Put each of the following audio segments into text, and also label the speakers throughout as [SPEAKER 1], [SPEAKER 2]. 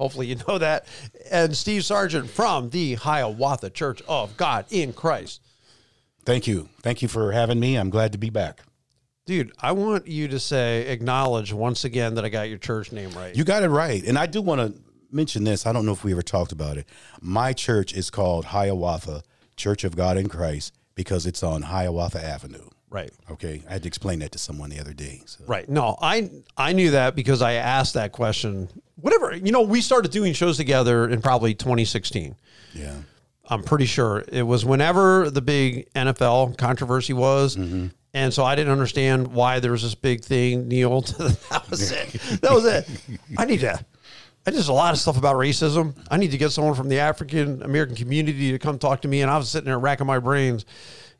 [SPEAKER 1] Hopefully, you know that. And Steve Sargent from the Hiawatha Church of God in Christ.
[SPEAKER 2] Thank you. Thank you for having me. I'm glad to be back.
[SPEAKER 1] Dude, I want you to say, acknowledge once again that I got your church name right.
[SPEAKER 2] You got it right. And I do want to mention this. I don't know if we ever talked about it. My church is called Hiawatha Church of God in Christ because it's on Hiawatha Avenue.
[SPEAKER 1] right.
[SPEAKER 2] Okay. I had to explain that to someone the other day. So.
[SPEAKER 1] Right. No, I I knew that because I asked that question. Whatever, you know, we started doing shows together in probably 2016.
[SPEAKER 2] Yeah.
[SPEAKER 1] I'm pretty sure it was whenever the big NFL controversy was. And so I didn't understand why there was this big thing, Neil. that was it. That was it. I need to. I just a lot of stuff about racism. I need to get someone from the African American community to come talk to me. And I was sitting there racking my brains.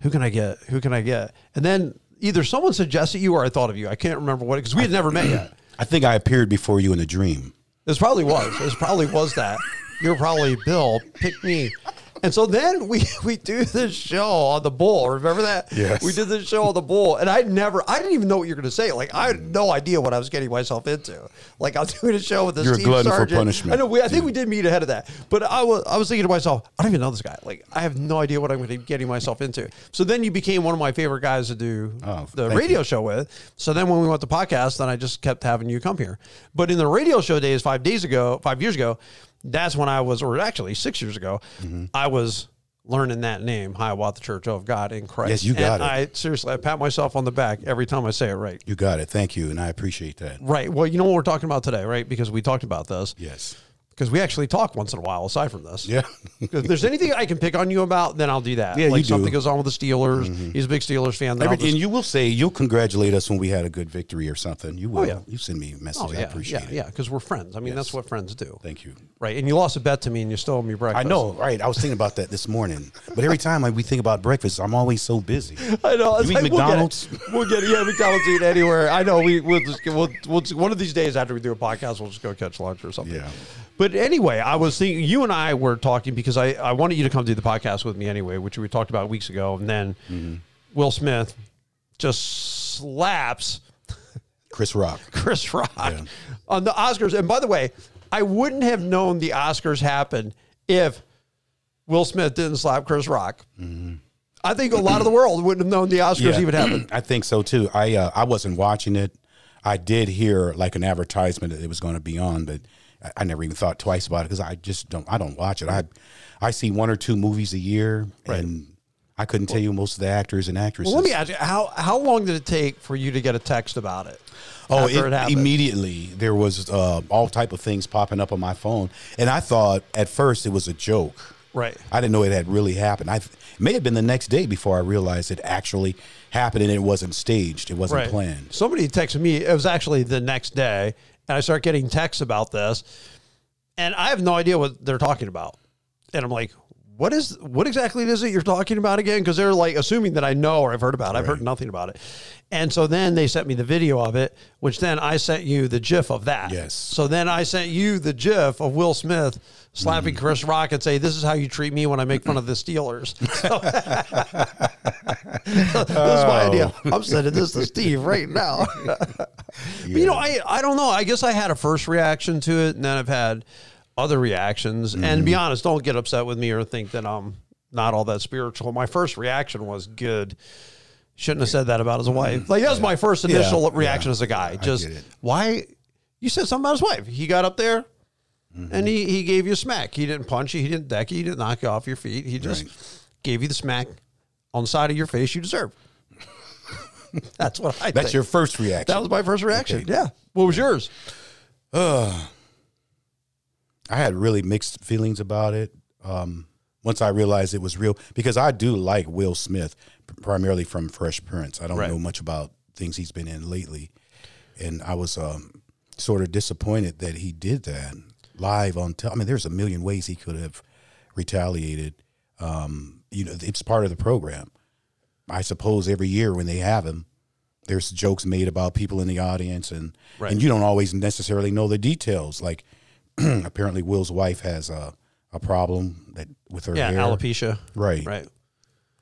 [SPEAKER 1] Who can I get? Who can I get? And then either someone suggested you or I thought of you. I can't remember what because we had never met yet.
[SPEAKER 2] I think I appeared before you in a dream.
[SPEAKER 1] This probably was. This probably was that. You're probably Bill. Pick me. And so then we we do this show on the bull. Remember that?
[SPEAKER 2] Yes.
[SPEAKER 1] We did this show on the bull, and I never, I didn't even know what you were going to say. Like I had no idea what I was getting myself into. Like I was doing a show with this.
[SPEAKER 2] You're a
[SPEAKER 1] Steve
[SPEAKER 2] glutton for
[SPEAKER 1] Sargent.
[SPEAKER 2] punishment,
[SPEAKER 1] I know. We, I think we did meet ahead of that, but I was I was thinking to myself, I don't even know this guy. Like I have no idea what I'm going to be getting myself into. So then you became one of my favorite guys to do
[SPEAKER 2] Oh,
[SPEAKER 1] the
[SPEAKER 2] thank
[SPEAKER 1] radio show with. So then when we went to podcast, then I just kept having you come here. But in the radio show days five days ago, five years ago, that's when I was, or actually six years ago,
[SPEAKER 2] Mm-hmm.
[SPEAKER 1] I was learning that name, Hiawatha Church of God in Christ.
[SPEAKER 2] Yes, you got
[SPEAKER 1] and I seriously, I pat myself on the back every time I say it right.
[SPEAKER 2] You got it. Thank you. And I appreciate that.
[SPEAKER 1] Right. Well, you know what we're talking about today, right? Because we talked about this
[SPEAKER 2] Yes.
[SPEAKER 1] because we actually talk once in a while. Aside from this,
[SPEAKER 2] Yeah.
[SPEAKER 1] If there's anything I can pick on you about, then I'll do that.
[SPEAKER 2] Yeah,
[SPEAKER 1] like
[SPEAKER 2] you do.
[SPEAKER 1] something goes on with the Steelers. He's a big Steelers fan. Then I'll
[SPEAKER 2] Every-
[SPEAKER 1] just-
[SPEAKER 2] and you will say, you'll congratulate us when we had a good victory or something. You will.
[SPEAKER 1] Oh, yeah.
[SPEAKER 2] You send me a message.
[SPEAKER 1] oh yeah,
[SPEAKER 2] I appreciate
[SPEAKER 1] yeah,
[SPEAKER 2] it.
[SPEAKER 1] yeah, because we're friends. I mean, that's what friends do.
[SPEAKER 2] Thank you.
[SPEAKER 1] Right, and you lost a bet to me, and you stole me
[SPEAKER 2] I
[SPEAKER 1] breakfast.
[SPEAKER 2] know, right? I was thinking about that this morning. But every time like, we think about breakfast, I'm always so busy.
[SPEAKER 1] I know. It's
[SPEAKER 2] You eat
[SPEAKER 1] like,
[SPEAKER 2] McDonald's?
[SPEAKER 1] We'll get, we'll get yeah, McDonald's eat anywhere. I know. We we'll just we'll, we'll just- one of these days after we do a podcast, we'll just go catch lunch or something.
[SPEAKER 2] Yeah.
[SPEAKER 1] But anyway, I was thinking you and I were talking because I I wanted you to come do the podcast with me anyway, which we talked about weeks ago, and then
[SPEAKER 2] Mm-hmm.
[SPEAKER 1] Will Smith just slaps
[SPEAKER 2] Chris Rock.
[SPEAKER 1] Chris Rock on the Oscars. And by the way, I wouldn't have known the Oscars happened if Will Smith didn't slap Chris Rock. I think a lot of the world wouldn't have known the Oscars even happened.
[SPEAKER 2] I think so too. I uh, I wasn't watching it. I did hear like an advertisement that it was going to be on, but I, I never even thought twice about it because I just don't. I don't watch it. I I see one or two movies a year, and I couldn't tell you most of the actors and actresses.
[SPEAKER 1] Well, let me ask you how how long did it take for you to get a text about it?
[SPEAKER 2] Oh,
[SPEAKER 1] after
[SPEAKER 2] it- immediately there was uh, all type of things popping up on my phone, and I thought at first it was a joke.
[SPEAKER 1] Right.
[SPEAKER 2] I didn't know it had really happened. I it may have been the next day before I realized it actually happened, and it wasn't staged. It wasn't planned.
[SPEAKER 1] Somebody texted me. It was actually the next day, and I start getting texts about this, and I have no idea what they're talking about. And I'm like, "What is? What exactly is it you're talking about again?" Because they're like assuming that I know or I've heard about. it. I've heard nothing about it. And so then they sent me the video of it, which then I sent you the GIF of that.
[SPEAKER 2] Yes.
[SPEAKER 1] So then I sent you the GIF of Will Smith slapping Chris Rock and say, "This is how you treat me when I make fun of the Steelers." this is my idea. I'm sending this to Steve right now. But you know, I I don't know. I guess I had a first reaction to it, and then I've had other reactions. And
[SPEAKER 2] Mm-hmm.
[SPEAKER 1] to be honest, don't get upset with me or think that I'm not all that spiritual. My first reaction was good. Shouldn't have said that about his wife. Like that was my first initial
[SPEAKER 2] Mm-hmm. Yeah,
[SPEAKER 1] reaction as a guy. Just
[SPEAKER 2] get it.
[SPEAKER 1] why you said something about his wife? He got up there.
[SPEAKER 2] Mm-hmm.
[SPEAKER 1] And he, he gave you a smack. He didn't punch you. He didn't deck you. He didn't knock you off your feet. He just gave you the smack on the side of your face you deserve. That's what I
[SPEAKER 2] That's
[SPEAKER 1] think.
[SPEAKER 2] your first reaction.
[SPEAKER 1] That was my first reaction. Yeah. What was yours?
[SPEAKER 2] I had really mixed feelings about it. Um, once I realized it was real, because I do like Will Smith p- primarily from Fresh Prince. I don't
[SPEAKER 1] Right.
[SPEAKER 2] know much about things he's been in lately, and I was um, sort of disappointed that he did that. live on. Te- I mean, there's a million ways he could have retaliated. Um, you know, it's part of the program. I suppose every year when they have him, there's jokes made about people in the audience, and
[SPEAKER 1] Right.
[SPEAKER 2] and you don't always necessarily know the details. Like apparently, Will's wife has a a problem that with her
[SPEAKER 1] Yeah,
[SPEAKER 2] hair,
[SPEAKER 1] alopecia.
[SPEAKER 2] right?
[SPEAKER 1] Right.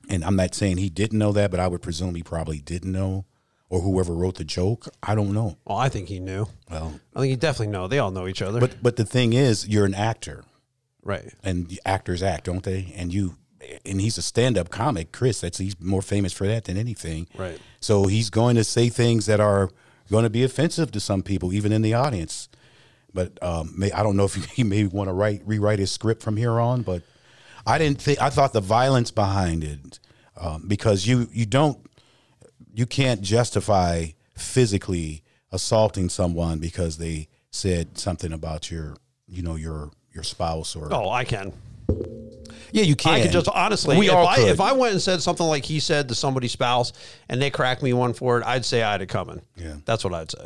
[SPEAKER 2] and I'm not saying he didn't know that, but I would presume he probably didn't know, or whoever wrote the joke. I don't know.
[SPEAKER 1] Well, I think he knew.
[SPEAKER 2] Well,
[SPEAKER 1] I think he definitely know. They all know each other.
[SPEAKER 2] but but the thing is, you're an actor,
[SPEAKER 1] right.
[SPEAKER 2] and the actors act, don't they? And you, and he's a stand-up comic, Chris. That's he's more famous for that than anything.
[SPEAKER 1] Right.
[SPEAKER 2] So he's going to say things that are going to be offensive to some people, even in the audience. But um, may, I don't know if he may want to write rewrite his script from here on. But I didn't think I thought the violence behind it um, because you you don't you can't justify physically assaulting someone because they said something about your you know your your spouse or
[SPEAKER 1] Oh, I can.
[SPEAKER 2] yeah you can
[SPEAKER 1] I could just honestly,
[SPEAKER 2] we
[SPEAKER 1] if,
[SPEAKER 2] all
[SPEAKER 1] I,
[SPEAKER 2] could.
[SPEAKER 1] if I went and said something like he said to somebody's spouse and they cracked me one for it, I'd say I had it coming.
[SPEAKER 2] Yeah.
[SPEAKER 1] That's what I'd say.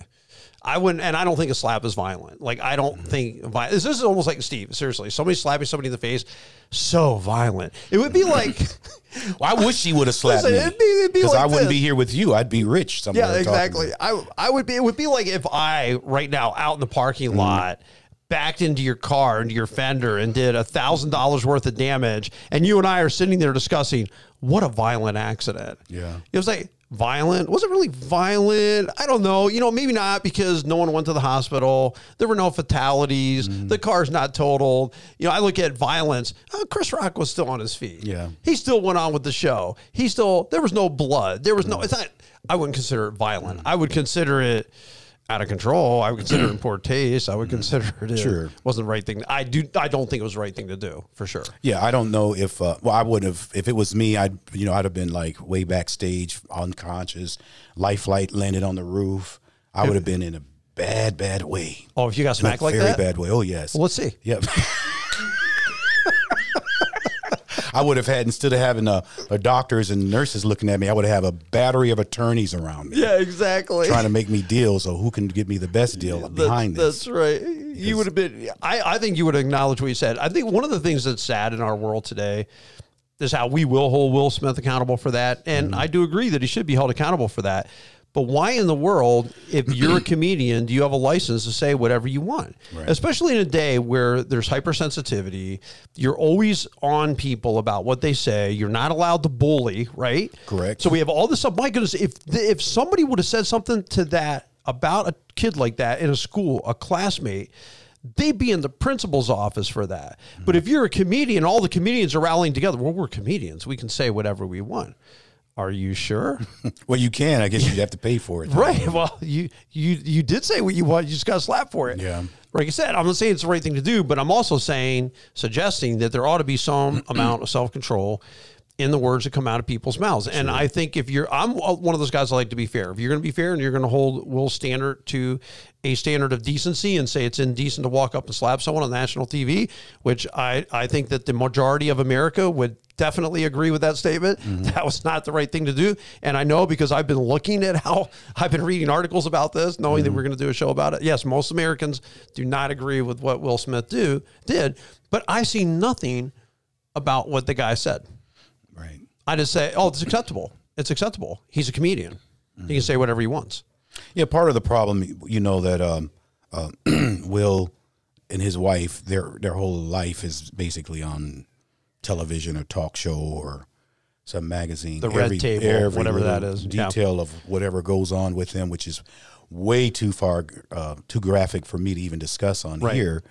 [SPEAKER 1] I wouldn't, and I don't think a slap is violent. Like, I don't
[SPEAKER 2] Mm-hmm.
[SPEAKER 1] think vi- this is almost like Steve, seriously. Somebody slapping somebody in the face, so violent. It would be like,
[SPEAKER 2] Well, I wish she would have slapped
[SPEAKER 1] Listen,
[SPEAKER 2] me
[SPEAKER 1] it'd be- it'd be like
[SPEAKER 2] I wouldn't
[SPEAKER 1] this.
[SPEAKER 2] be here with you I'd be rich somewhere
[SPEAKER 1] yeah,
[SPEAKER 2] talking to
[SPEAKER 1] exactly. I, I would be, it would be like if I, right now, out in the parking
[SPEAKER 2] Mm-hmm.
[SPEAKER 1] lot, backed into your car, into your fender, and did a thousand dollars worth of damage, and you and I are sitting there discussing what a violent accident.
[SPEAKER 2] Yeah.
[SPEAKER 1] It was like violent. Was it really violent? I don't know. You know, maybe not because no one went to the hospital. There were no fatalities.
[SPEAKER 2] Mm-hmm.
[SPEAKER 1] The car's not totaled. You know, I look at violence. Oh, Chris Rock was still on his feet.
[SPEAKER 2] Yeah.
[SPEAKER 1] He still went on with the show. He still, there was no blood. There was no, it's not, I wouldn't consider it violent. I would consider it out of control. I would consider it in poor taste. I would consider it uh,
[SPEAKER 2] Sure.
[SPEAKER 1] wasn't the right thing. I do, I don't think it was the right thing to do for sure.
[SPEAKER 2] Yeah, I don't know if uh, well, I would have if it was me. I'd you know I'd have been like way backstage, unconscious. Life flight landed on the roof. I would have been in a bad, bad way.
[SPEAKER 1] Oh, if you got smacked like
[SPEAKER 2] very
[SPEAKER 1] that?
[SPEAKER 2] bad way. Oh yes.
[SPEAKER 1] Well, let's see.
[SPEAKER 2] Yep. I would have had instead of having a, a doctors and nurses looking at me, I would have a battery of attorneys around me
[SPEAKER 1] Yeah, exactly.
[SPEAKER 2] trying to make me deals. So who can get me the best deal behind
[SPEAKER 1] That-
[SPEAKER 2] this?
[SPEAKER 1] That's right. You would have been. I, I think you would acknowledge what you said. I think one of the things that's sad in our world today is how we will hold Will Smith accountable for that, and
[SPEAKER 2] Mm-hmm.
[SPEAKER 1] I do agree that he should be held accountable for that. But why in the world, if you're a comedian, do you have a license to say whatever you want? Especially in a day where there's hypersensitivity, you're always on people about what they say. You're not allowed to bully, right?
[SPEAKER 2] Correct.
[SPEAKER 1] So we have all this stuff. My goodness, if if somebody would have said something to that about a kid like that in a school, a classmate, they'd be in the principal's office for that. But if you're a comedian, all the comedians are rallying together. Well, we're comedians. We can say whatever we want. Are you sure?
[SPEAKER 2] Well, you can. I guess you'd have to pay for it.
[SPEAKER 1] right. Well, you you you did say what you want. You just got slapped for it.
[SPEAKER 2] Yeah.
[SPEAKER 1] Like I said, I'm not saying it's the right thing to do, but I'm also saying suggesting that there ought to be some amount of self control in the words that come out of people's mouths. And I think if you're, I'm one of those guys. I like to be fair. If you're going to be fair and you're going to hold Will standard to a standard of decency and say it's indecent to walk up and slap someone on national TV, which I I think that the majority of America would definitely agree with that statement. That was not the right thing to do. And I know because I've been looking at how I've been reading articles about this, knowing that we're going to do a show about it. Yes, most Americans do not agree with what Will Smith do did, but I see nothing about what the guy said.
[SPEAKER 2] Right.
[SPEAKER 1] I just say, oh, it's acceptable. It's acceptable. He's a comedian. He can say whatever he wants.
[SPEAKER 2] Yeah, part of the problem, you know, that um, uh, Will and his wife, their their whole life is basically on television or talk show or some magazine.
[SPEAKER 1] The Red Table, whatever
[SPEAKER 2] little
[SPEAKER 1] that is, yeah.
[SPEAKER 2] Detail of whatever goes on with them, which is way too far, uh, too graphic for me to even discuss on
[SPEAKER 1] Right.
[SPEAKER 2] here.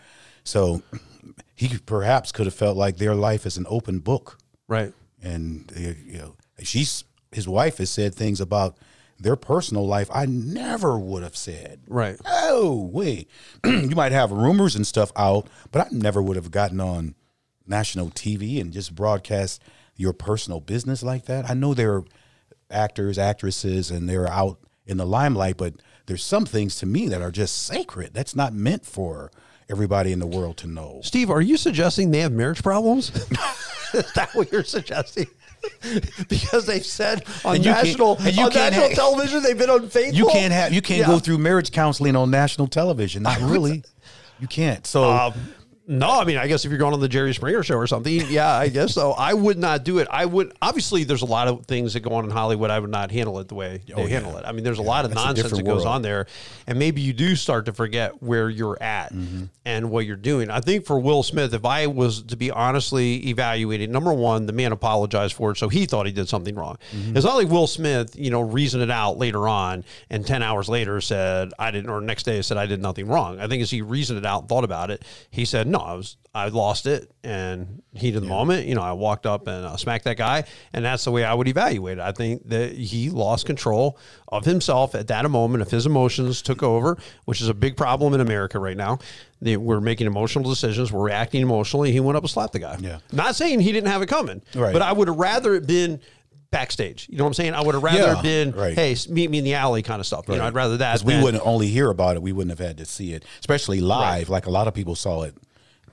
[SPEAKER 2] So he perhaps could have felt like their life is an open book
[SPEAKER 1] Right.
[SPEAKER 2] and uh, you know she's his wife has said things about their personal life I never would have said.
[SPEAKER 1] Right.
[SPEAKER 2] Oh wait, you might have rumors and stuff out, but I never would have gotten on national TV and just broadcast your personal business like that. I know there are actors, actresses, and they're out in the limelight, but there's some things to me that are just sacred. That's not meant for everybody in the world to know.
[SPEAKER 1] Steve, are you suggesting they have marriage problems? Is that what you're suggesting? because they've said on
[SPEAKER 2] And you can't-
[SPEAKER 1] national
[SPEAKER 2] and you
[SPEAKER 1] on
[SPEAKER 2] can't
[SPEAKER 1] national
[SPEAKER 2] ha-
[SPEAKER 1] television they've been unfaithful.
[SPEAKER 2] You can't have you can't
[SPEAKER 1] Yeah.
[SPEAKER 2] go through marriage counseling on national television. Not really. You can't. So
[SPEAKER 1] Um, no, I mean, I guess if you're going on the Jerry Springer show or something, yeah, I guess so. I would not do it. I would obviously. There's a lot of things that go on in Hollywood. I would not handle it the way they
[SPEAKER 2] Oh, yeah.
[SPEAKER 1] handle it. I mean, there's a lot of
[SPEAKER 2] that's a
[SPEAKER 1] nonsense that
[SPEAKER 2] different
[SPEAKER 1] goes
[SPEAKER 2] world.
[SPEAKER 1] on there, and maybe you do start to forget where you're at
[SPEAKER 2] Mm-hmm.
[SPEAKER 1] and what you're doing. I think for Will Smith, if I was to be honestly evaluated, number one, the man apologized for it, so he thought he did something wrong.
[SPEAKER 2] Mm-hmm.
[SPEAKER 1] It's not like Will Smith, you know, reasoned it out later on, and ten hours later said I didn't, or next day said I did nothing wrong. I think as he reasoned it out and thought about it, he said, no, I was I lost it, and heat of the moment, you know, I walked up and uh, smacked that guy, and that's the way I would evaluate it. I think that he lost control of himself at that moment, if his emotions took over, which is a big problem in America right now. They, we're making emotional decisions, we're reacting emotionally. He went up and slapped the guy.
[SPEAKER 2] Yeah.
[SPEAKER 1] Not saying he didn't have it coming,
[SPEAKER 2] Right.
[SPEAKER 1] but I would have rather it been backstage. You know what I'm saying? I would have rather
[SPEAKER 2] Yeah,
[SPEAKER 1] it been,
[SPEAKER 2] right.
[SPEAKER 1] hey, s- meet me in the alley kind of stuff. You know, I'd rather that.
[SPEAKER 2] Because we
[SPEAKER 1] than-
[SPEAKER 2] wouldn't only hear about it, we wouldn't have had to see it, especially live. Like a lot of people saw it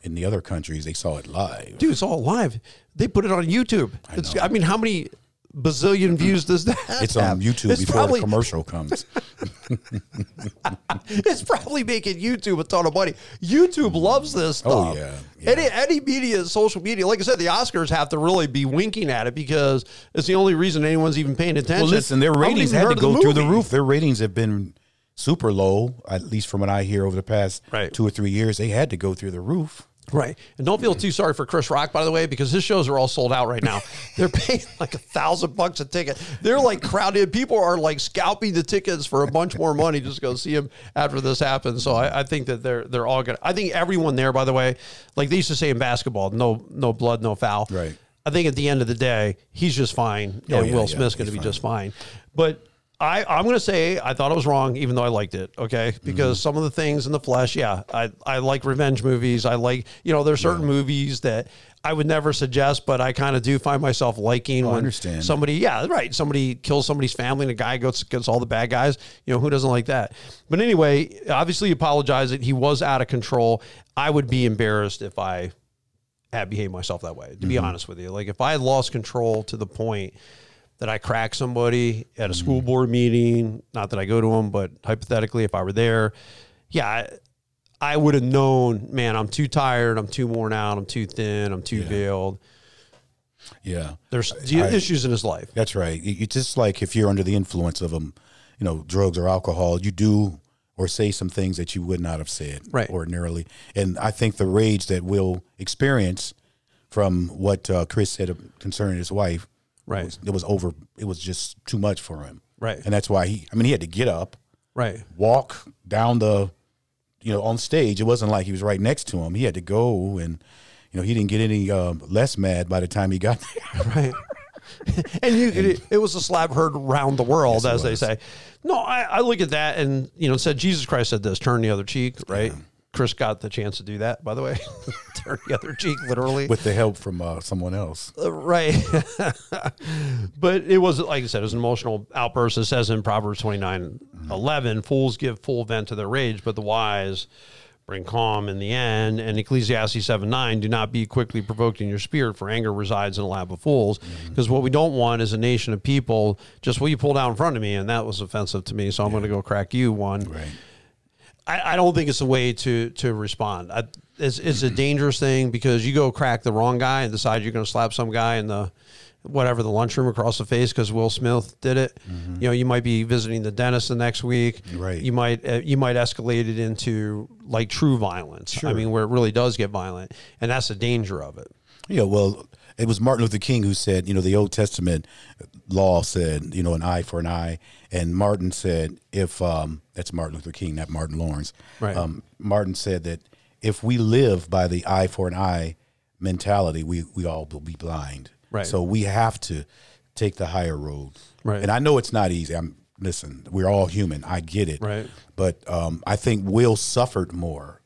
[SPEAKER 2] in the other countries, they saw it live.
[SPEAKER 1] dude, it's all live. They put it on YouTube. I, it's, I mean, how many bazillion views does that?
[SPEAKER 2] It's on
[SPEAKER 1] have?
[SPEAKER 2] YouTube
[SPEAKER 1] It's
[SPEAKER 2] before
[SPEAKER 1] probably
[SPEAKER 2] the commercial comes.
[SPEAKER 1] it's probably making YouTube a ton of money. YouTube loves this stuff.
[SPEAKER 2] Oh, yeah, yeah.
[SPEAKER 1] Any any media, social media, like I said, the Oscars have to really be winking at it because it's the only reason anyone's even paying attention.
[SPEAKER 2] well, listen, their
[SPEAKER 1] I haven't
[SPEAKER 2] ratings
[SPEAKER 1] even
[SPEAKER 2] had
[SPEAKER 1] heard
[SPEAKER 2] to
[SPEAKER 1] of
[SPEAKER 2] go through the
[SPEAKER 1] movie.
[SPEAKER 2] roof. Their ratings have been super low, at least from what I hear over the past
[SPEAKER 1] Right.
[SPEAKER 2] two or three years. They had to go through the roof.
[SPEAKER 1] Right. And don't feel too sorry for Chris Rock, by the way, because his shows are all sold out right now. They're paying like a thousand bucks a ticket. They're like crowded. People are like scalping the tickets for a bunch more money just to go see him after this happens. So I, I think that they're they're all good. I think everyone there, by the way, like they used to say in basketball, no no blood, no foul.
[SPEAKER 2] Right.
[SPEAKER 1] I think at the end of the day, he's just fine,
[SPEAKER 2] Oh,
[SPEAKER 1] and
[SPEAKER 2] yeah,
[SPEAKER 1] Will
[SPEAKER 2] yeah,
[SPEAKER 1] Smith's going to
[SPEAKER 2] he's
[SPEAKER 1] be
[SPEAKER 2] fine.
[SPEAKER 1] just fine. But I, I'm going to say I thought it was wrong, even though I liked it. Okay, because some of the things in the flesh, yeah, I, I like revenge movies. I like you know there's certain movies that I would never suggest, but I kind of do find myself liking when
[SPEAKER 2] understand.
[SPEAKER 1] somebody, yeah, right, somebody kills somebody's family and a guy goes gets all the bad guys. You know who doesn't like that? But anyway, obviously apologize that he was out of control. I would be embarrassed if I had behaved myself that way. To be honest with you, like if I lost control to the point that I cracked somebody at a school board meeting, not that I go to them, but hypothetically, if I were there, yeah, I, I would have known. Man, I'm too tired. I'm too worn out. I'm too thin. I'm too veiled.
[SPEAKER 2] Yeah.
[SPEAKER 1] There's
[SPEAKER 2] I-
[SPEAKER 1] issues in his life.
[SPEAKER 2] That's right. You you just like if you're under the influence of um, you know, drugs or alcohol, you do or say some things that you would not have said
[SPEAKER 1] Right.
[SPEAKER 2] ordinarily. And I think the rage that we'll experience from what uh, Chris said concerning his wife,
[SPEAKER 1] Right.
[SPEAKER 2] was, it was over. It was just too much for him,
[SPEAKER 1] Right.
[SPEAKER 2] And that's why he. I mean, he had to get up,
[SPEAKER 1] Right.
[SPEAKER 2] walk down the, you know, on stage. It wasn't like he was right next to him. He had to go, and you know, he didn't get any um, less mad by the time he got there.
[SPEAKER 1] right? and you, it, it was a slap heard round the world, as they say. No, I, I look at that and you know said Jesus Christ said this: turn the other cheek, right? Chris got the chance to do that, by the way. turn the other cheek, literally.
[SPEAKER 2] with the help from uh, someone else.
[SPEAKER 1] Uh, right. but it was, like I said, it was an emotional outburst. It says in Proverbs twenty nine eleven, fools give full vent to their rage, but the wise bring calm in the end. And Ecclesiastes 7 9, do not be quickly provoked in your spirit, for anger resides in the lap of fools. Because what we don't want is a nation of people, just what you pulled out in front of me, and that was offensive to me, so I'm going to go crack you one.
[SPEAKER 2] Right.
[SPEAKER 1] I, I don't think it's the way to to respond. I, it's it's a
[SPEAKER 2] Mm-hmm.
[SPEAKER 1] dangerous thing because you go crack the wrong guy and decide you're going to slap some guy in the whatever the lunchroom across the face because Will Smith did it. You know, you might be visiting the dentist the next week.
[SPEAKER 2] Mm-hmm. Right.
[SPEAKER 1] You might uh, you might escalate it into like true violence. I mean, where it really does get violent, and that's the danger of it.
[SPEAKER 2] Yeah, well, it was Martin Luther King who said, you know, the Old Testament law said, you know, an eye for an eye, and Martin said, if um, that's Martin Luther King, not Martin Lawrence.
[SPEAKER 1] Right.
[SPEAKER 2] Um, Martin said that if we live by the eye for an eye mentality, we we all will be blind.
[SPEAKER 1] Right.
[SPEAKER 2] So we have to take the higher road.
[SPEAKER 1] Right.
[SPEAKER 2] And I know it's not easy. I'm listen. We're all human. I get it.
[SPEAKER 1] Right.
[SPEAKER 2] But um, I think Will suffered more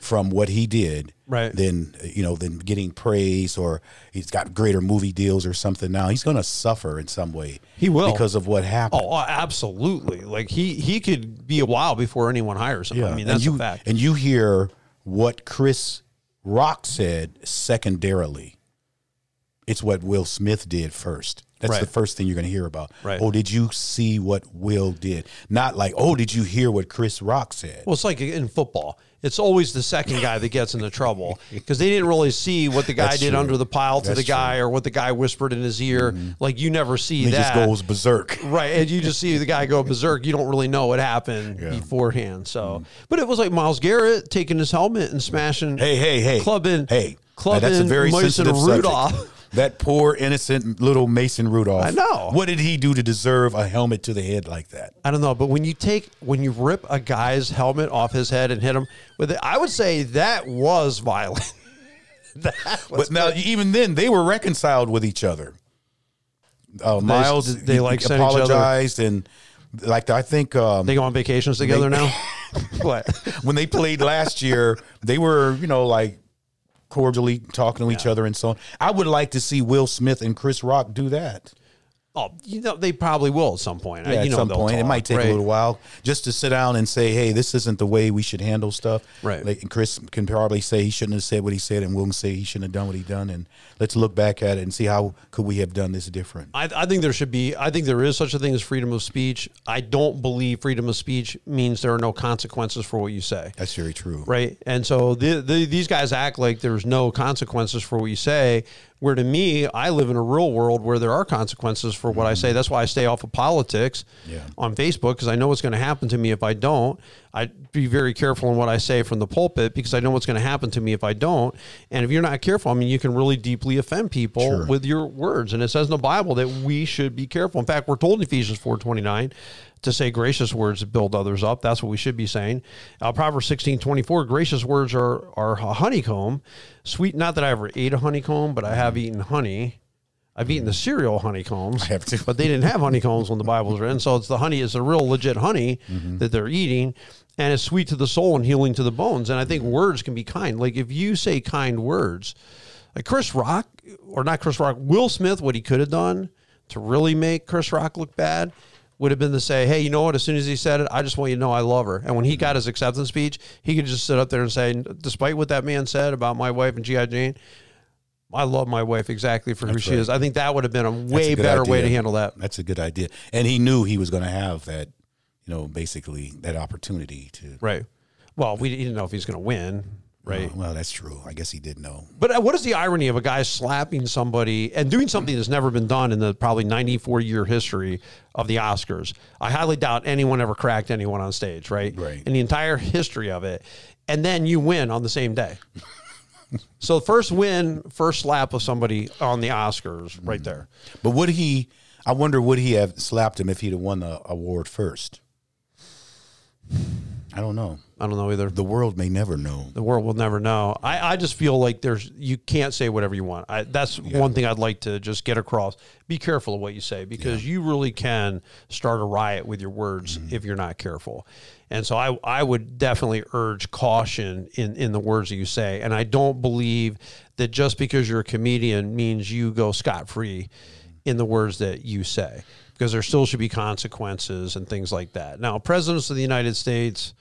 [SPEAKER 2] from what he did
[SPEAKER 1] Right.
[SPEAKER 2] than you know than getting praise or he's got greater movie deals or something now he's going to suffer in some way
[SPEAKER 1] He will.
[SPEAKER 2] because of what happened
[SPEAKER 1] Oh, absolutely! Like he he could be a while before anyone hires him. Oh, I mean, that's
[SPEAKER 2] and you,
[SPEAKER 1] a fact.
[SPEAKER 2] and you hear what chris rock said secondarily It's what Will Smith did first. That's
[SPEAKER 1] Right.
[SPEAKER 2] the first thing you're going to hear about.
[SPEAKER 1] Right.
[SPEAKER 2] Oh, did you see what Will did? Not like, oh, did you hear what Chris Rock said?
[SPEAKER 1] Well, it's like in football. It's always the second guy that gets into trouble because they didn't really see what the guy
[SPEAKER 2] That's
[SPEAKER 1] did
[SPEAKER 2] true.
[SPEAKER 1] under the pile to
[SPEAKER 2] That's
[SPEAKER 1] the guy or what the guy whispered in his ear. Like you never see
[SPEAKER 2] he
[SPEAKER 1] that.
[SPEAKER 2] just goes berserk.
[SPEAKER 1] Right, and you just see the guy go berserk. You don't really know what happened
[SPEAKER 2] Yeah. Mm-hmm.
[SPEAKER 1] beforehand. So, but it was like Miles Garrett taking his helmet and smashing.
[SPEAKER 2] Hey, hey, hey.
[SPEAKER 1] clubbing.
[SPEAKER 2] Hey.
[SPEAKER 1] clubbing.
[SPEAKER 2] Now, that's a very
[SPEAKER 1] Mason
[SPEAKER 2] sensitive subject.
[SPEAKER 1] Rudolph.
[SPEAKER 2] That poor innocent little Mason Rudolph.
[SPEAKER 1] I know.
[SPEAKER 2] What did he do to deserve a helmet to the head like that?
[SPEAKER 1] I don't know, but when you take when you rip a guy's helmet off his head and hit him with it, I would say that was violent. that was
[SPEAKER 2] But now, even then, they were reconciled with each other. Uh, Miles,
[SPEAKER 1] they,
[SPEAKER 2] he
[SPEAKER 1] like, sent each other-
[SPEAKER 2] apologized and like I think um,
[SPEAKER 1] they go on vacations together now. what?
[SPEAKER 2] when they played last year, they were you know like cordially talking to each other and so on. I would like to see Will Smith and Chris Rock do that.
[SPEAKER 1] Oh, you know they probably will at some point.
[SPEAKER 2] Yeah,
[SPEAKER 1] you
[SPEAKER 2] at
[SPEAKER 1] know
[SPEAKER 2] some
[SPEAKER 1] they'll
[SPEAKER 2] point. it
[SPEAKER 1] talk,
[SPEAKER 2] might take
[SPEAKER 1] right?
[SPEAKER 2] a little while just to sit down and say, "Hey, this isn't the way we should handle stuff."
[SPEAKER 1] Right.
[SPEAKER 2] Like, and Chris can probably say he shouldn't have said what he said, and Will can say he shouldn't have done what he done, and let's look back at it and see how could we have done this different.
[SPEAKER 1] I, I think there should be. I think there is such a thing as freedom of speech. I don't believe freedom of speech means there are no consequences for what you say.
[SPEAKER 2] That's very true.
[SPEAKER 1] right? And so the, the, these guys act like there's no consequences for what you say. Where to me, I live in a real world where there are consequences for what I say. That's why I stay off of politics
[SPEAKER 2] Mm-hmm. Yeah.
[SPEAKER 1] on Facebook because I know what's going to happen to me if I don't. I'd be very careful in what I say from the pulpit because I know what's going to happen to me if I don't. And if you're not careful, I mean, you can really deeply offend people with your words. And it says in the Bible that we should be careful. In fact, we're told in Ephesians 4.29 to say gracious words to build others up. That's what we should be saying. Uh, Proverbs 16, 24, gracious words are, are a honeycomb. Sweet, not that I ever ate a honeycomb, but I have eaten honey. I've eaten the cereal honeycombs,
[SPEAKER 2] have too.
[SPEAKER 1] but they didn't have honeycombs when the Bible was written. So it's the honey, it's a real legit honey
[SPEAKER 2] Mm-hmm.
[SPEAKER 1] that they're eating, and it's sweet to the soul and healing to the bones. And I
[SPEAKER 2] Mm-hmm.
[SPEAKER 1] think words can be kind. Like if you say kind words, like Chris Rock, or not Chris Rock, Will Smith, what he could have done to really make Chris Rock look bad would have been to say, hey, you know what? As soon as he said it, I just want you to know I love her. And when
[SPEAKER 2] Mm-hmm.
[SPEAKER 1] he got his acceptance speech, he could just sit up there and say, despite what that man said about my wife and G.I. Jane, I love my wife exactly for who she is. I think that would have been a way
[SPEAKER 2] a good
[SPEAKER 1] better way to
[SPEAKER 2] idea.
[SPEAKER 1] handle that.
[SPEAKER 2] That's a good idea. And he knew he was going to have that, you know, basically that opportunity to.
[SPEAKER 1] Right. Well, we didn't know if he's going to win. Right.
[SPEAKER 2] Uh, well, that's true. I guess he did know.
[SPEAKER 1] But uh, what is the irony of a guy slapping somebody and doing something that's never been done in the probably 94 year history of the Oscars? I highly doubt anyone ever cracked anyone on stage, right?
[SPEAKER 2] Right.
[SPEAKER 1] In the entire history of it. And then you win on the same day. so, first win, first slap of somebody on the Oscars, right there.
[SPEAKER 2] But would he? I wonder would he have slapped him if he'd have won the award first? I don't know.
[SPEAKER 1] I don't know either.
[SPEAKER 2] The world may never know.
[SPEAKER 1] the world will never know. I, I just feel like there's you can't say whatever you want. I, that's one thing I'd like to just get across. Be careful of what you say because you really can start a riot with your words if you're not careful. And so I I would definitely urge caution in in the words that you say. And I don't believe that just because you're a comedian means you go scot free in the words that you say because there still should be consequences and things like that. Now, presidents of the United States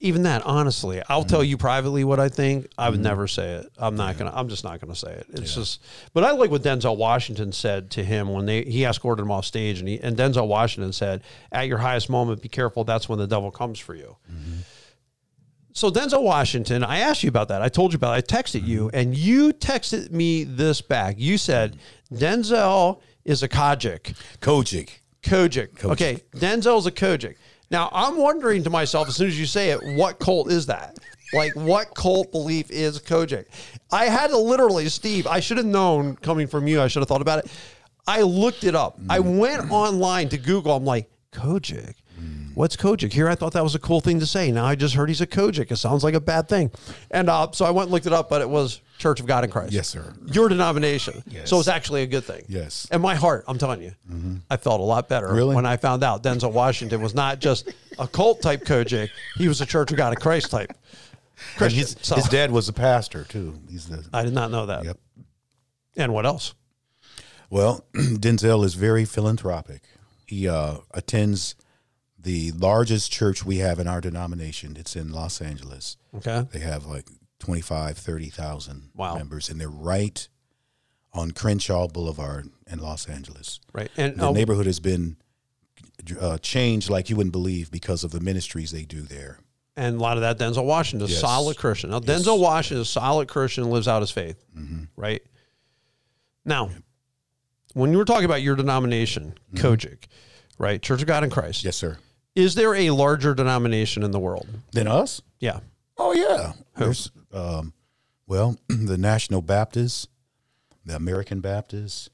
[SPEAKER 1] even that honestly i'll tell you privately what i think i would never say it i'm not gonna i'm just not gonna say it it's just but i like what denzel washington said to him when they he escorted him off stage and he and denzel washington said at your highest moment be careful that's when the devil comes for you so denzel washington i asked you about that i told you about it i texted you and you texted me this back you said denzel is a Kajik.
[SPEAKER 2] Kojic.
[SPEAKER 1] Kojic. Okay, Denzel's a Kojic. Now I'm wondering to myself as soon as you say it, what cult is that? Like what cult belief is Kojic? I had to literally, Steve. I should have known coming from you. I should have thought about it. I looked it up. I
[SPEAKER 2] Mm.
[SPEAKER 1] went online to Google. I'm like Kojic.
[SPEAKER 2] Mm.
[SPEAKER 1] What's Kojic? Here, I thought that was a cool thing to say. Now I just heard he's a Kojic. It sounds like a bad thing. And uh, so I went and looked it up, but it was Church of God in Christ.
[SPEAKER 2] Yes, sir.
[SPEAKER 1] Your denomination.
[SPEAKER 2] Yes.
[SPEAKER 1] So it's actually a good thing.
[SPEAKER 2] Yes.
[SPEAKER 1] And my heart, I'm telling you, I felt a lot better
[SPEAKER 2] Really?
[SPEAKER 1] when I found out Denzel Washington was not just a cult type Kojic, he was a Church of God in Christ type.
[SPEAKER 2] And his,
[SPEAKER 1] so-
[SPEAKER 2] his dad was a pastor too. He's the
[SPEAKER 1] I did not know that.
[SPEAKER 2] Yep.
[SPEAKER 1] And what else?
[SPEAKER 2] Well, Denzel is very philanthropic. He uh, attends the largest church we have in our denomination. It's in Los Angeles.
[SPEAKER 1] Okay.
[SPEAKER 2] They have like 25, 30,000
[SPEAKER 1] Wow.
[SPEAKER 2] members, and they're right on Crenshaw Boulevard in Los Angeles.
[SPEAKER 1] Right. And
[SPEAKER 2] The
[SPEAKER 1] oh,
[SPEAKER 2] neighborhood has been uh, changed like you wouldn't believe because of the ministries they do there.
[SPEAKER 1] and a lot of that Denzel Washington,
[SPEAKER 2] Yes. Mm-hmm.
[SPEAKER 1] solid Christian. Now Denzel Washington is a solid Christian, lives out his faith, right? Now, when you were talking about your denomination,
[SPEAKER 2] Mm-hmm.
[SPEAKER 1] Kojic, right, Church of God in Christ,
[SPEAKER 2] Yes, sir.
[SPEAKER 1] is there a larger denomination in the world?
[SPEAKER 2] Than us?
[SPEAKER 1] Yeah,
[SPEAKER 2] Oh yeah. There's um, well, the National Baptists, the American Baptists.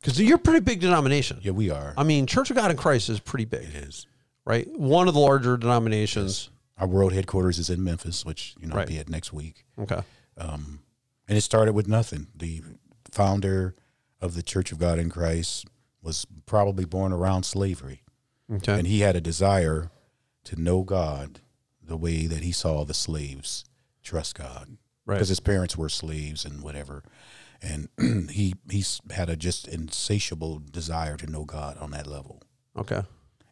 [SPEAKER 1] because you're a pretty big denomination.
[SPEAKER 2] Yeah, we are.
[SPEAKER 1] I mean, Church of God in Christ is pretty big,
[SPEAKER 2] It is.
[SPEAKER 1] right? One of the larger denominations.
[SPEAKER 2] Our world headquarters is in Memphis, which you know
[SPEAKER 1] Right.
[SPEAKER 2] I'll be at next week.
[SPEAKER 1] Okay,
[SPEAKER 2] And it started with nothing. The founder of the Church of God in Christ was probably born around slavery,
[SPEAKER 1] okay,
[SPEAKER 2] and he had a desire to know God the way that he saw the slaves trust God.
[SPEAKER 1] right.
[SPEAKER 2] because his parents were slaves and whatever, and he he's had a just insatiable desire to know God on that level,
[SPEAKER 1] Okay,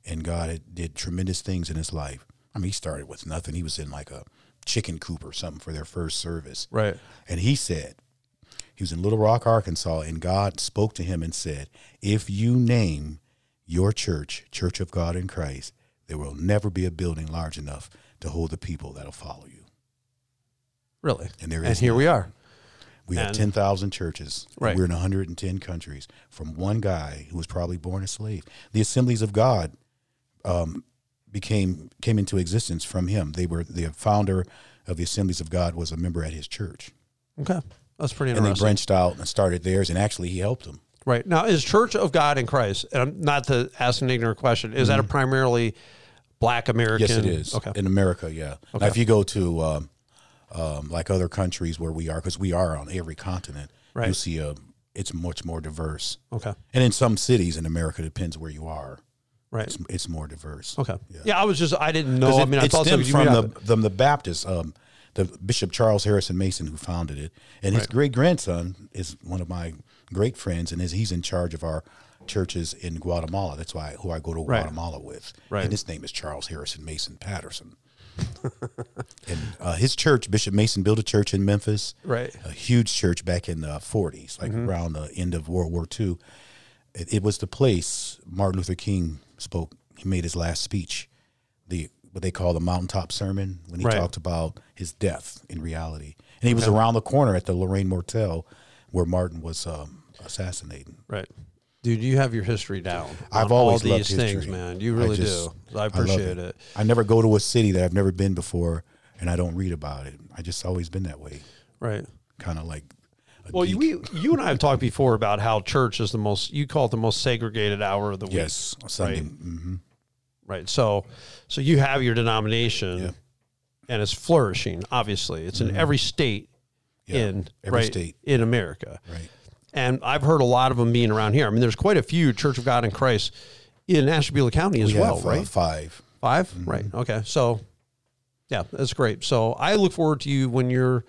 [SPEAKER 2] and God had, did tremendous things in his life. I mean, he started with nothing. He was in like a chicken coop or something for their first service,
[SPEAKER 1] right.
[SPEAKER 2] and he said he was in Little Rock, Arkansas, and God spoke to him and said, "If you name your church Church of God in Christ, there will never be a building large enough to hold the people that'll follow you."
[SPEAKER 1] Really.
[SPEAKER 2] And there is
[SPEAKER 1] And here we are.
[SPEAKER 2] We have
[SPEAKER 1] And-
[SPEAKER 2] 10,000 churches. and
[SPEAKER 1] Right.
[SPEAKER 2] We're in 110 countries from one guy who was probably born a slave. The Assemblies of God um, became came into existence from him. They were the founder of the Assemblies of God was a member at his church.
[SPEAKER 1] Okay, that's pretty
[SPEAKER 2] And
[SPEAKER 1] interesting.
[SPEAKER 2] they branched out and started theirs and actually he helped them.
[SPEAKER 1] Right. Now, is Church of God in Christ, and I'm not to ask an ignorant question, is that a primarily black American?
[SPEAKER 2] Mm-hmm. Yes, it is.
[SPEAKER 1] Okay.
[SPEAKER 2] In America, yeah. Now, if you go to um, um, like other countries where we are, because we are on every continent,
[SPEAKER 1] Right.
[SPEAKER 2] you see a, it's much more diverse.
[SPEAKER 1] Okay.
[SPEAKER 2] And in some cities in America, depends where you are.
[SPEAKER 1] Right.
[SPEAKER 2] it's, it's more diverse.
[SPEAKER 1] Okay. Yeah. I was just, I didn't know.
[SPEAKER 2] Because
[SPEAKER 1] I
[SPEAKER 2] it-
[SPEAKER 1] mean, I
[SPEAKER 2] it
[SPEAKER 1] thought so.
[SPEAKER 2] stemmed
[SPEAKER 1] You
[SPEAKER 2] from
[SPEAKER 1] mean-
[SPEAKER 2] the, the the Baptist, um, the Bishop Charles Harrison Mason, who founded it, and his great grandson is one of my great friends, and is he's in charge of our churches in Guatemala. That's why who I go to
[SPEAKER 1] Right.
[SPEAKER 2] Guatemala with.
[SPEAKER 1] Right.
[SPEAKER 2] And his name is Charles Harrison Mason Patterson. and uh, his church, Bishop Mason, built a church in Memphis
[SPEAKER 1] Right.
[SPEAKER 2] a huge church back in the 40s, like
[SPEAKER 1] Mm-hmm.
[SPEAKER 2] around the end of World War II. It, it was the place Martin Luther King spoke. He made his last speech, the what they call the mountaintop sermon, when he
[SPEAKER 1] Right.
[SPEAKER 2] talked about his death in reality. And he was around the corner at the Lorraine Mortel where Martin was um, assassinated.
[SPEAKER 1] Right. Dude, you have your history down.
[SPEAKER 2] I've
[SPEAKER 1] on
[SPEAKER 2] always
[SPEAKER 1] all
[SPEAKER 2] loved
[SPEAKER 1] these things,
[SPEAKER 2] history.
[SPEAKER 1] man. You
[SPEAKER 2] I
[SPEAKER 1] really
[SPEAKER 2] just-
[SPEAKER 1] do. I
[SPEAKER 2] love
[SPEAKER 1] appreciate it.
[SPEAKER 2] I never go to a city that I've never been before and I don't read about it. I just always been that way,
[SPEAKER 1] Right.
[SPEAKER 2] kind of like. a
[SPEAKER 1] Well,
[SPEAKER 2] geek.
[SPEAKER 1] you, we, you and I have talked before about how church is the most, you call it the most segregated hour of the week.
[SPEAKER 2] yes, Sunday. hmm
[SPEAKER 1] Right. So, so you have your denomination
[SPEAKER 2] Yeah. Mm-hmm.
[SPEAKER 1] and it's flourishing, obviously. It's in every state
[SPEAKER 2] Yeah,
[SPEAKER 1] in,
[SPEAKER 2] every
[SPEAKER 1] right,
[SPEAKER 2] state.
[SPEAKER 1] in America.
[SPEAKER 2] right.
[SPEAKER 1] and I've heard a lot of them being around here. I mean, there's quite a few Church of God in Christ in Ashtabula County as
[SPEAKER 2] We
[SPEAKER 1] well,
[SPEAKER 2] have, uh,
[SPEAKER 1] right?
[SPEAKER 2] five.
[SPEAKER 1] 5
[SPEAKER 2] Mm-hmm.
[SPEAKER 1] right? Okay, so yeah, that's great. So I look forward to you when you're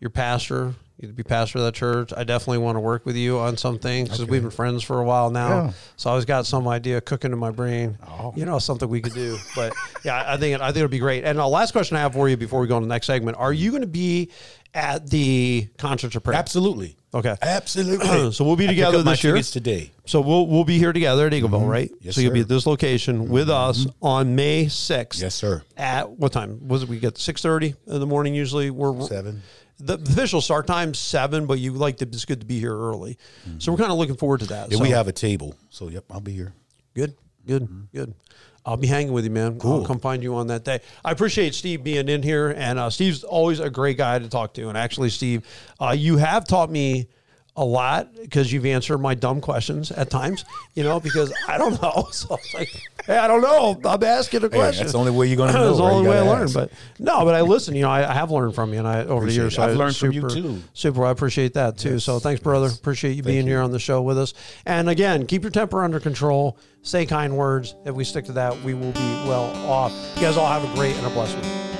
[SPEAKER 1] your pastor. You'd be pastor of that church. I definitely want to work with you on some things because we've been friends for a while now.
[SPEAKER 2] Yeah.
[SPEAKER 1] So I always got some idea cooking in my brain.
[SPEAKER 2] Oh.
[SPEAKER 1] You know, something we could do. But yeah, I think it, I think it'll be great. And the last question I have for you before we go on to the next segment: Are you going to be at the concert of prayer?
[SPEAKER 2] Absolutely.
[SPEAKER 1] Okay.
[SPEAKER 2] Absolutely.
[SPEAKER 1] So we'll be
[SPEAKER 2] I pick
[SPEAKER 1] together
[SPEAKER 2] up my
[SPEAKER 1] this year?
[SPEAKER 2] tickets today.
[SPEAKER 1] So we'll we'll be here together at Eagleville, right?
[SPEAKER 2] Mm-hmm. Yes,
[SPEAKER 1] so you'll be
[SPEAKER 2] sir. Mm-hmm.
[SPEAKER 1] at this location with us on May sixth.
[SPEAKER 2] Yes, sir.
[SPEAKER 1] At what time was it? We get six thirty in the morning. Usually we're
[SPEAKER 2] Seven.
[SPEAKER 1] The, the official start time seven, but you like to. It's good to be here early. So we're kind of looking forward to that.
[SPEAKER 2] Yeah,
[SPEAKER 1] so,
[SPEAKER 2] we have a table. So yep, I'll be here.
[SPEAKER 1] good, good, good. I'll be hanging with you, man. I'll come find you on that day. I appreciate Steve being in here, and uh, Steve's always a great guy to talk to. And actually, Steve, uh, you have taught me a lot because you've answered my dumb questions at times. You know, because I don't know, so it's like, hey, I don't know. I'm asking a question.
[SPEAKER 2] that's the only way you're gonna know,
[SPEAKER 1] that's the
[SPEAKER 2] right? You
[SPEAKER 1] only way I
[SPEAKER 2] gotta
[SPEAKER 1] learn.
[SPEAKER 2] ask.
[SPEAKER 1] But no, but I listen. You know, I, I have learned from you, and I over the
[SPEAKER 2] Appreciate
[SPEAKER 1] years
[SPEAKER 2] it. I've
[SPEAKER 1] I
[SPEAKER 2] learned from you,
[SPEAKER 1] super-
[SPEAKER 2] too.
[SPEAKER 1] Super. I appreciate that too. so thanks, brother. Appreciate you being here on the show with us. And again, keep your temper under control. Say kind words. If we stick to that, we will be well off. You guys all have a great and a blessed week.